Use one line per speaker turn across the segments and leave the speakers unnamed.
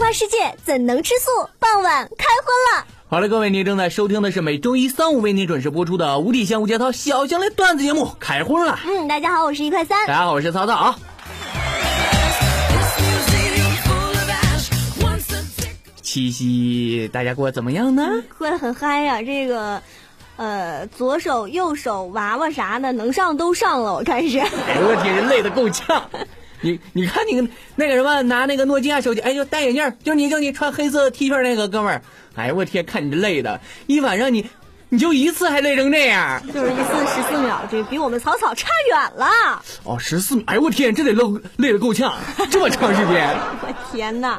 花世界怎能吃素？傍晚开荤了。
好了，各位，您正在收听的是每周一、三、五为您准时播出的《无底线无节操小强类段子节目》，开荤了。
嗯，大家好，我是一块
大
三。
家好，我是曹操啊。七夕大家过得怎么样呢？
过得很嗨呀、这个，呃，左手、右手、娃娃啥的，能上都上了，我看是。
哎呦我天，累得够呛。你你看你那个什么拿那个诺基亚手机，哎呦戴眼镜儿，就你就你穿黑色 T 恤那个哥们儿，哎呦我天，看你累的，一晚上你你就一次还累成这样。
就是一次十四秒，这比我们草草差远了。
哦，十四，哎呦我天，这得累累得够呛，这么长时间。
我天哪！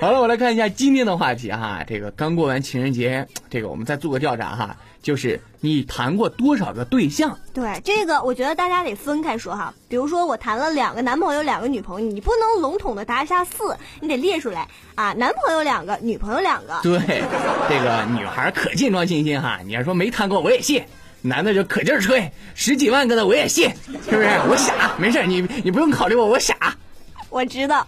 好了，我来看一下今天的话题哈。这个刚过完情人节，这个我们再做个调查哈，就是你谈过多少个对象？
对这个，我觉得大家得分开说哈。比如说，我谈了两个男朋友，两个女朋友，你不能笼统的答一下四，你得列出来啊，男朋友两个，女朋友两个。
对，这个女孩可见装信心哈。你要说没谈过我也信，男的就可劲儿吹，十几万个的我也信，是不是？我傻，没事儿，你你不用考虑我，我傻。
我知道，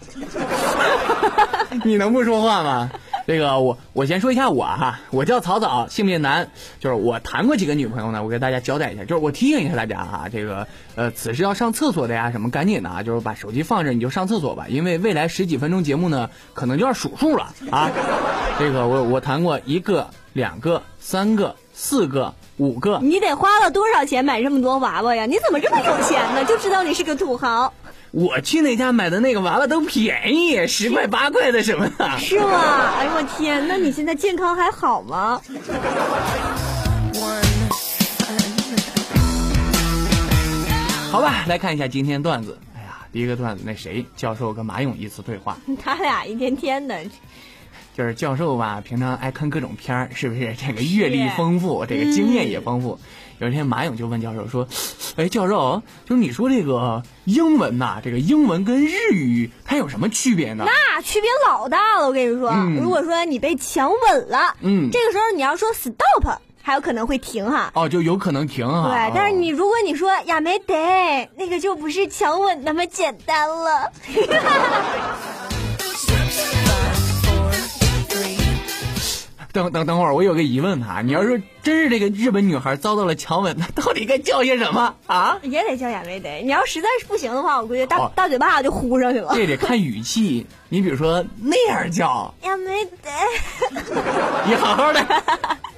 你能不说话吗？这个我我先说一下我哈，我叫曹早，性别男，就是我谈过几个女朋友呢，我给大家交代一下，就是我提醒一下大家啊，这个呃此时要上厕所的呀什么，赶紧的啊，就是把手机放着你就上厕所吧，因为未来十几分钟节目呢，可能就要数数了啊。这个我我谈过一个、两个、三个、四个、五个，
你得花了多少钱买这么多娃娃呀？你怎么这么有钱呢？就知道你是个土豪，
我去那家买的那个娃娃都便宜，十块八块的什么的。
是吗？哎呦我天，那你现在健康还好吗？
好吧，来看一下今天段子。哎呀，第一个段子，那谁，教授跟马勇一次对话，
他俩一天天的，啊
就是教授吧，平常爱看各种片儿，是不是？这个阅历丰
嗯
富，这个经验也丰富。有一天，马勇就问教授说：“哎，教授，就是你说这个英文呐、这个英文跟日语它有什么区别呢
那区别老大了。我跟你说，
嗯
如果说你被强吻了，
嗯
这个时候你要说 stop，还有可能会停哈？”。
哦，就有可能停啊。
对，但是
哦
你如果你说呀没得，那个就不是强吻那么简单了。
等等等会儿，我有个疑问哈、你要是真是这个日本女孩遭到了强吻，那到底该叫些什么 啊？
也得叫呀没得，你要实在是不行的话，我估计大、
哦
大嘴巴就呼上去了。
这得看语气。你比如说那样叫，
呀没得，
你好 好的，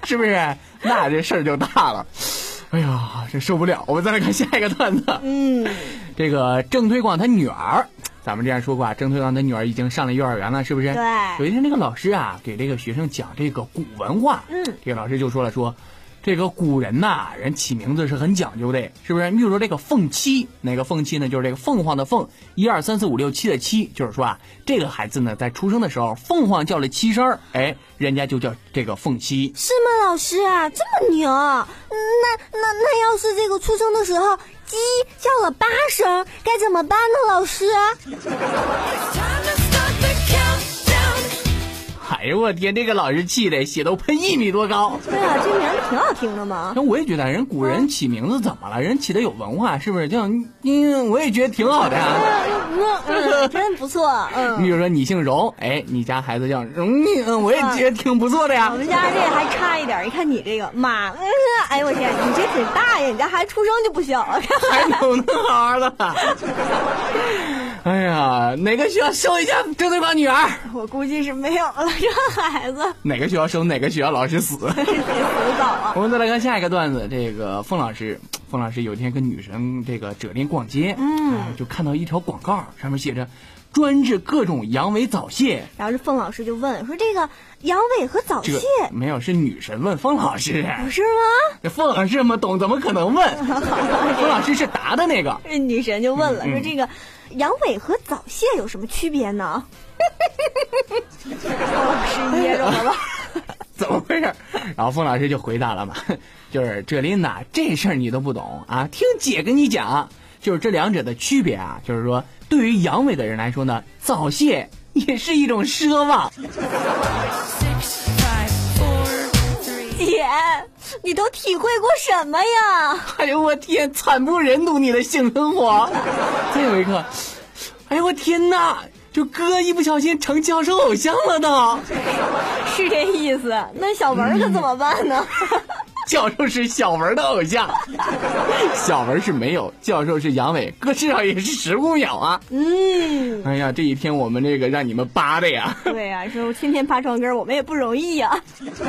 是不是？那这事儿就大了。哎呀，这受不了！我们再来看下一个段子。
嗯，
这个郑推广他女儿，咱们之前说过啊，郑推广他女儿已经上了幼儿园了，是不是？
对
有一天，这个老师啊，给这个学生讲这个古文化，
嗯
这个老师就说了说。这个古人呐、人起名字是很讲究的，是不是？你比如说这个凤七，哪个凤七呢？就是这个凤凰的凤，一二三四五六七的七，就是说啊，这个孩子呢，在出生的时候，凤凰叫了七声儿，哎，人家就叫这个凤七。
是吗？老师啊，这么牛？那那那要是这个出生的时候鸡叫了八声，该怎么办呢？老师、
哎呦我天，这个老师气的血都喷一米多高。
对啊，这名字挺好听的嘛。
那我也觉得人古人起名字怎么了？人起的有文化，是不是？这样，嗯，我也觉得挺好的啊。
嗯嗯，真不错，嗯。
你比如说你姓荣，哎，你家孩子叫荣宁，嗯我也觉得挺不错的呀
我。们家这还差一点儿，你看你这个妈，嗯哎呦我天，你这挺大呀，你这还出生就不小 了。
还能弄好好的？哎呀，哪个学校收一下郑对方女儿？
我估计是没有了，这孩子
哪个学校收哪个学校老师死？
得死早啊。
我们再来看下一个段子，这个凤老师，凤老师有一天跟女神这个哲林逛街，嗯、就看到一条广告，上面写着专治各种阳痿早泄。
然后这凤老师就问说：“这个阳痿和早
这
泄
个没有，是女神问凤老师，
不是吗
这凤老师嘛懂，怎么可 能问？凤老师是答的那个。？”
这女神就问了
嗯嗯
说：“这个阳痿和早泄有什么区别呢？” 凤老师噎着了吧？
怎么回事？然后凤老师就回答了嘛，就是这琳达这事儿你都不懂啊，听姐跟你讲，就是这两者的区别啊，就是说对于阳痿的人来说呢，早泄也是一种奢望。
姐，你都体会过什么呀？
哎呦我天，惨不忍睹你的性生活。再有一个，哎呦我天哪，就哥一不小心成教授偶像了都。
是这意思。那小文儿可怎么办 呢？
教授是小文的偶像， 小文是没有，教授是杨伟，哥至少也是十五秒啊！
嗯，
哎呀，这一天我们这个让你们啊扒的呀！
对呀、说天天爬床根儿，我们也不容易呀、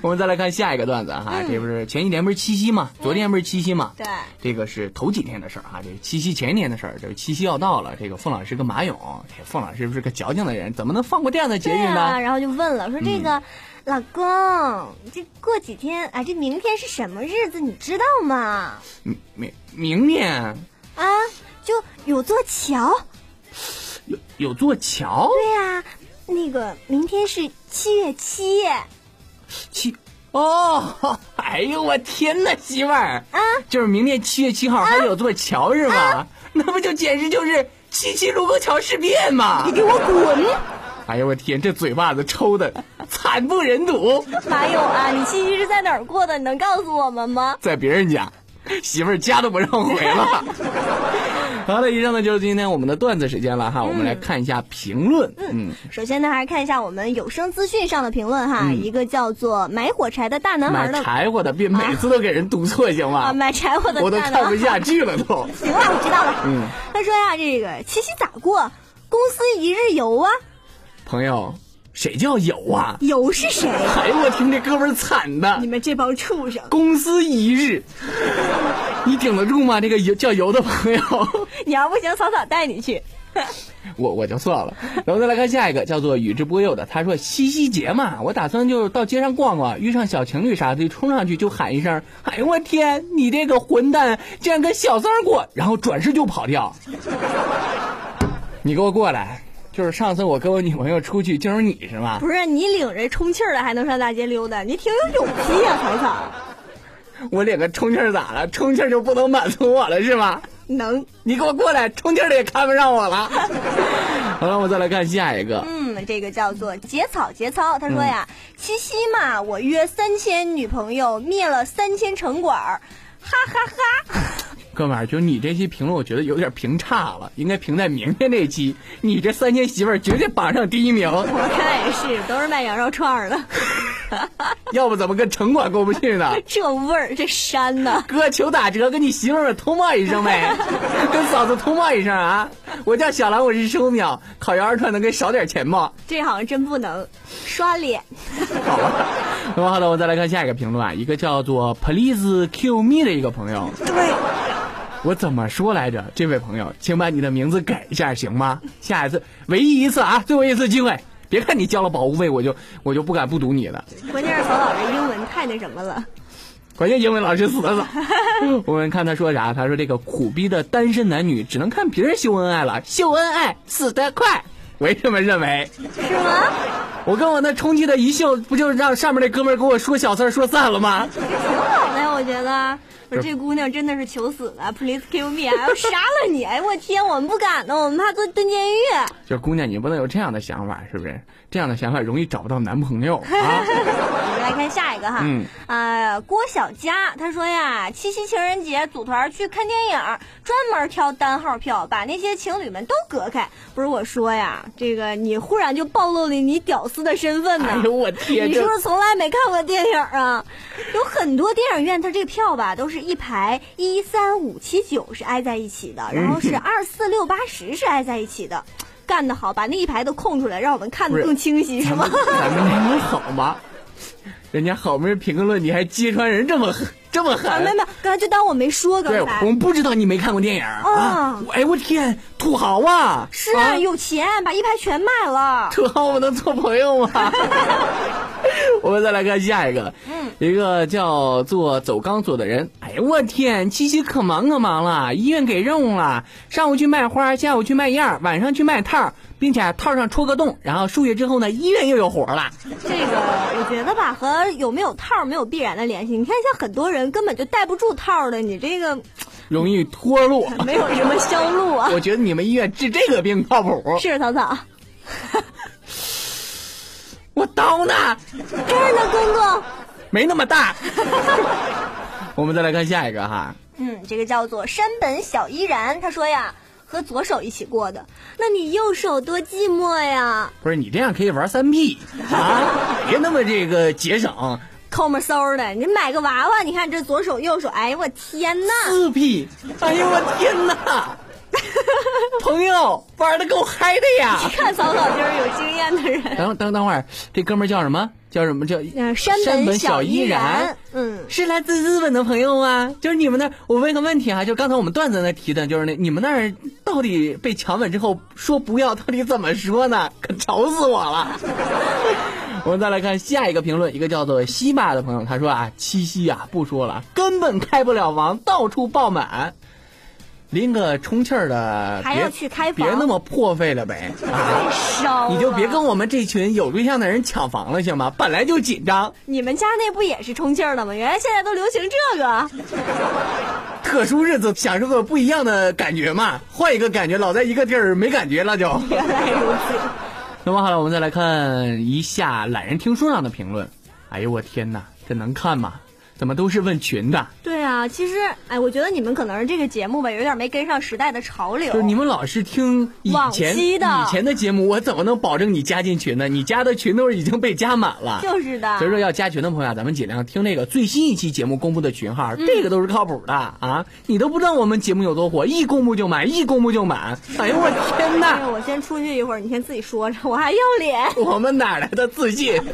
我们再来看下一个段子哈、这不是前几天不是七夕嘛，昨天不是七夕嘛？
嗯对
这个是头几天的事儿哈、这是七夕前一天的事儿，这个七夕要到了，这个凤老师跟马勇，这凤老师不是个矫情的人，怎么能放过这样的节
对啊
日
呀、
呢？嗯
然后就问了，说这个、老公，这过几天啊，这明天是什么日子，你知道吗？
明明明年
啊，就有座桥，
有有座桥
对呀、那个明天是七月七啊，
七哦， 哎呦我天呐，媳妇儿啊，就是明年七月七号还有座桥是吗？
啊
那不就简直就是七七卢沟桥事变吗
你？给我滚！
哎呦我天，这嘴巴子抽的惨不 忍睹，
马勇啊，你七夕是在哪儿过的？你能告诉我们吗？
在别人家，媳妇儿家都不让回了。 好了，以上呢就是今天我们的段子时间了哈，
嗯
我们来看一下评论，嗯
首先呢，还是看一下我们有声资讯上的评论哈，一个叫做“买火柴的大男孩
买
的”
柴火的别每次都给人读错行
啊，
吗？
买柴火的啊
我都
大男
看
孩
不。下去了都。
行了，我知道了。
嗯，
他说呀，这个七夕咋过？公司一日游啊，
朋友，谁叫有啊？
游是谁？
哎呦我听这哥们儿惨的
你，们这帮畜生！
公司 一日，你顶得住吗？这个油叫油的朋友，
你要不行，草草带你去。
我我就算了。然后再来看下一个，叫做宇智波鼬的，他说七夕节嘛，我打算就是到街上逛逛，遇上小情侣啥的，冲上去就喊一声，哎呦我天，你这个混蛋，竟然跟小三儿过，然后转身就跑掉。你给我过来，就是上次我跟我女朋友出去，就是你是吗？
不是你领着充气儿的还能上大街溜达，你挺有勇气呀、草草。
我领个充气儿咋了？充气儿就不能满足我了是吗？
能，
你给我过来，充气儿的也看不上我了。 好了，我们再来看下一个。
嗯，这个叫做节草节操。他说呀，七夕嘛，我约三千女朋友，灭了三千城管儿，哈哈哈。
哥们儿，就你这期评论，我觉得有点评差了，应该评在明天这期。你这三千媳妇儿绝对榜上第一名，
我看也是，都是卖羊肉串 儿的，
要不怎么跟城管过不去呢？
这味儿，这膻呐。
哥，求打折，跟你媳妇儿们通报一声呗，跟嫂子通报一声啊！我叫小兰，我是十五秒，烤羊肉串能给少点钱吗？
这好像真不能刷脸。
好吧。 那么好的，我们再来看下一个评论啊，一个叫做 Please Kill Me 的一个朋友，
对，
我怎么说来着？这位朋友，请把你的名字改一下行吗？下一次，唯一一次啊，最后一次机会。别看你交了保护费，我就我就不敢不读你了。
关键是曹老师英文太那什么了。
关键英文老师死得早。 我们看他说啥？他说这个苦逼的单身男女只能看别人秀恩爱了，秀恩爱死得快。我也这么认为。
是吗？
我跟我那充气的一秀，不就让上面那哥们儿给我说小三儿说散了吗？
挺好的呀，哎我觉得。我说这姑娘真的是求死了，Please kill me！还要杀了你！哎，我天，我们不敢呢，我们怕蹲蹲监狱。
就是姑娘，你不能有这样的想法，是不是？这样的想法容易找不到男朋友啊。
我们来看下一个哈，
嗯
呃，郭小佳他说呀，七夕情人节组团去看电影，专门挑单号票，把那些情侣们都隔开。不是我说呀，这个你忽然就暴露了你屌丝的身份呢。
哎呦我天，
你是
这
不是从来没看过电影啊？有很多电影院，它这个票吧都是一排一三五七九是挨在一起 的，然后是二四六八十是挨在一起的。干得好，把那一排都空出来，让我们看
不
得
是
更清晰，是
咱
吗
们？咱们这能好吗？人家好不容易评论，你还揭穿人这么狠这么
啊，
狠
没有？没有，刚才就当我没说，刚
对，我
才
们不知道你没看过电影啊！哎，我天，土豪啊！
是啊，有钱把一排全卖 了。
土豪，我们能做朋友吗？我们再来看下一个，一个叫做走钢索的人。哎呦我天，七夕可忙可忙了，医院给任务了，上午去卖花，下午去卖样儿，晚上去卖套儿，并且套上戳个洞，然后数月之后呢，医院又有活儿了。
这个我觉得吧，和有没有套儿没有必然的联系。你看，像很多人根本就戴不住套儿的，你这个
容易脱落。
没有什么销路啊。
我觉得你们医院治这个病靠谱。
是草草。
我刀呢？
这儿呢，公公，
没那么大。我们再来看下一个哈，
嗯，这个叫做山本小依然，他说呀，和左手一起过的，那你右手多寂寞呀，
不是你这样可以玩三 P 啊，别那么这个节省
抠门搜的，你买个娃娃，你看这左手右手，哎呦我天呐，
四 P。哎呦我天 哪！朋友玩的够嗨的 呀！
看曹导就是有经验的人。
等等等会儿，这哥们儿叫什么？叫什么叫？
嗯，山本小依然，嗯，
是来自日本的朋友吗？就是你们那儿，我问个问题哈、啊就刚才我们段子那提的，就是那你们那儿到底被强吻之后说不要，到底怎么说呢？可愁死我了。我们再来看下一个评论，一个叫做西马的朋友，他说啊，七夕啊，不说了，根本开不了房，到处爆满。拎个充气儿的，
还
别
要去开房
别那么破费了呗。
太烧了，
你就别跟我们这群有对象的人抢房了，行吗？本来就紧张，
你们家那不也是充气儿的吗？原来现在都流行这个，
特殊日子享受个不一样的感觉嘛，换一个感觉，老在一个地儿没感觉了 就。
原来如此。
那么好了，我们再来看一下懒人听书上的评论。哎呦我天哪，这能看吗？怎么都是问群的？
对啊，其实哎，我觉得你们可能是这个节目吧，有点没跟上时代的潮流。
就是你们老是听以
往
前
期的
以前的节目，我怎么能保证你加进群呢？你加的群都已经被加满了。
就是的
所以，说要加群的朋友啊，咱们尽量听那个最新一期节目公布的群号，这个都是靠谱的啊！你都不知道我们节目有多火，一公布就满，一公布就满。哎呦我天
哎
哪，
呦，我先出去一会儿，你先自己说着，我 还要脸。
我们哪来的自信？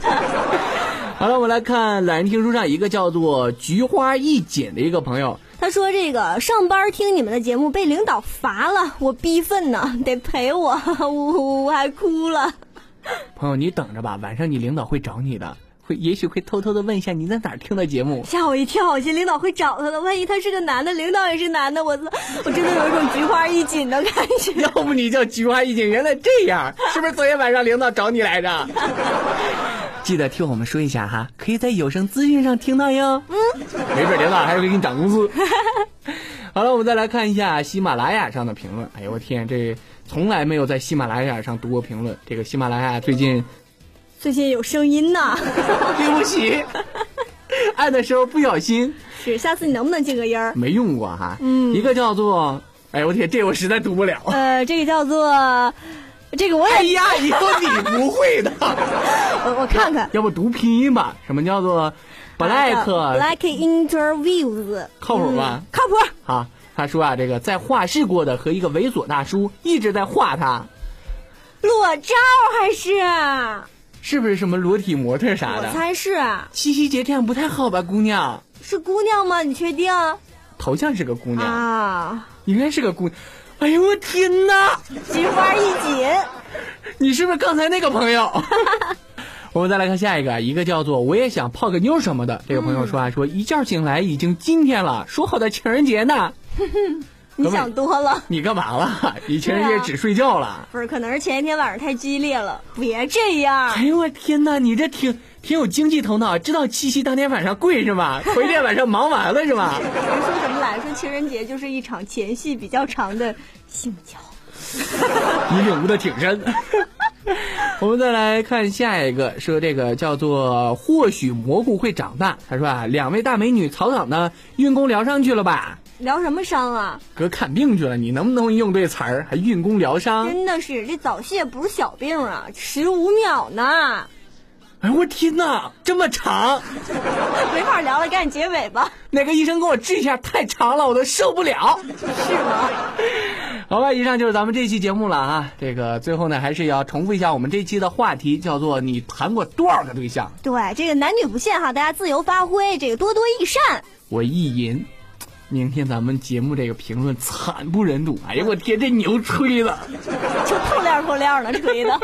好了，我们来看懒人听书上一个叫做“菊花一紧”的一个朋友，
他说这个上班听你们的节目被领导罚了，我逼愤呢， 得赔我，呜呜，我还哭了。
朋友你等着吧，晚上你领导会找你的，会也许会偷偷的问一下你在哪儿听的节目。
吓我一跳，我寻领导会找他的，万一他是个男的，领导也是男的，我我真的有一种菊花一紧的感 觉。
要不你叫菊花一紧，原来这样，是不是昨天晚上领导找你来着？ 记得听我们说一下哈，可以在有声资讯上听到哟。嗯，没准领导还会给你涨工资。 好了，我们再来看一下喜马拉雅上的评论。哎呦我天，这从来没有在喜马拉雅上读过评论。这个喜马拉雅最近，
最近有声音呐，
对不起， 按的时候不小心
是，下次你能不能静个音儿？
没用过哈。嗯，一个叫做，哎呦我天，这我实在读 不了。
呃，这个叫做，这个我
哎
也
呀，以后你不会的。
我我看看啊
要不读拼音吧？什么叫做 black？
Black Interviews
靠谱吧
嗯靠谱。
啊，他说啊，这个在画室过的和一个猥琐大叔一直在画他，
裸照还是？
是不是什么裸体模特啥
我
的？
猜啊是啊
七夕节这样不太好吧，姑娘？
是姑娘吗？你确定
头像是个姑娘，
啊？
应该是个姑。哎呦我天哪！
菊花一紧，
你是不是刚才那个 朋友？我们再来看下一个，一个叫做“我也想泡个妞”什么的。这个朋友说
嗯
啊，说一觉醒来已经今天了，说好的情人节呢？
你想多了。
你干嘛了？你情人
对
节
啊
只睡觉了？
不是，可能是前一天晚上太激烈了。别这 样，
哎呦我天哪，你这挺挺有经济头脑，知道七夕当天晚上贵是 吧？回天晚上忙完了是吧？
人说什么来？说情人节就是一场前戏比较长的性交。
你领悟的挺 深。我们再来看下一个，说这个叫做“或许蘑菇会长大”。他说啊，两位大美女草草呢运功疗伤去了吧？
疗什么伤啊？
哥看病去了，你能不能用对词儿？还运功疗伤？
真的是这早泄不是小病啊，十五秒呢，
哎呦我天哪，这么 长！
没法聊了，赶紧结尾吧，
哪个医生给我治一下？太长了，我都受不了。
是吗？
好吧，以上就是咱们这期节目了啊。这个最后呢，还是要重复一下我们这期的话题，叫做“你谈过多少个对象
对，这个男女不限哈，大家自由发挥，这个多多益善。”？
我意淫。明天咱们节目这个评论惨不忍睹，哎呀，我天，这牛吹的！
就透亮透亮的吹的。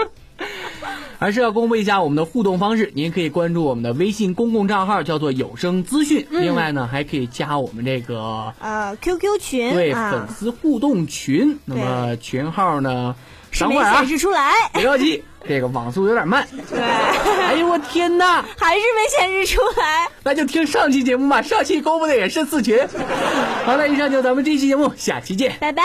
还是要公布一下我们的互动方式，您可以关注我们的微信公共账号，叫做“有声资讯”，
嗯
另外呢，还可以加我们这个
呃，QQ 群
对粉
啊，
丝互动群。那么群号呢，
是
等
没
会儿啊
显，示出来，
别着急，这个网速有点慢。
对，
哎呦，我天哪！
还是没显示出来。
那就听上期节目吧，上期公布的也是四群。好了，以上就咱们这期节目，下期见。
拜拜。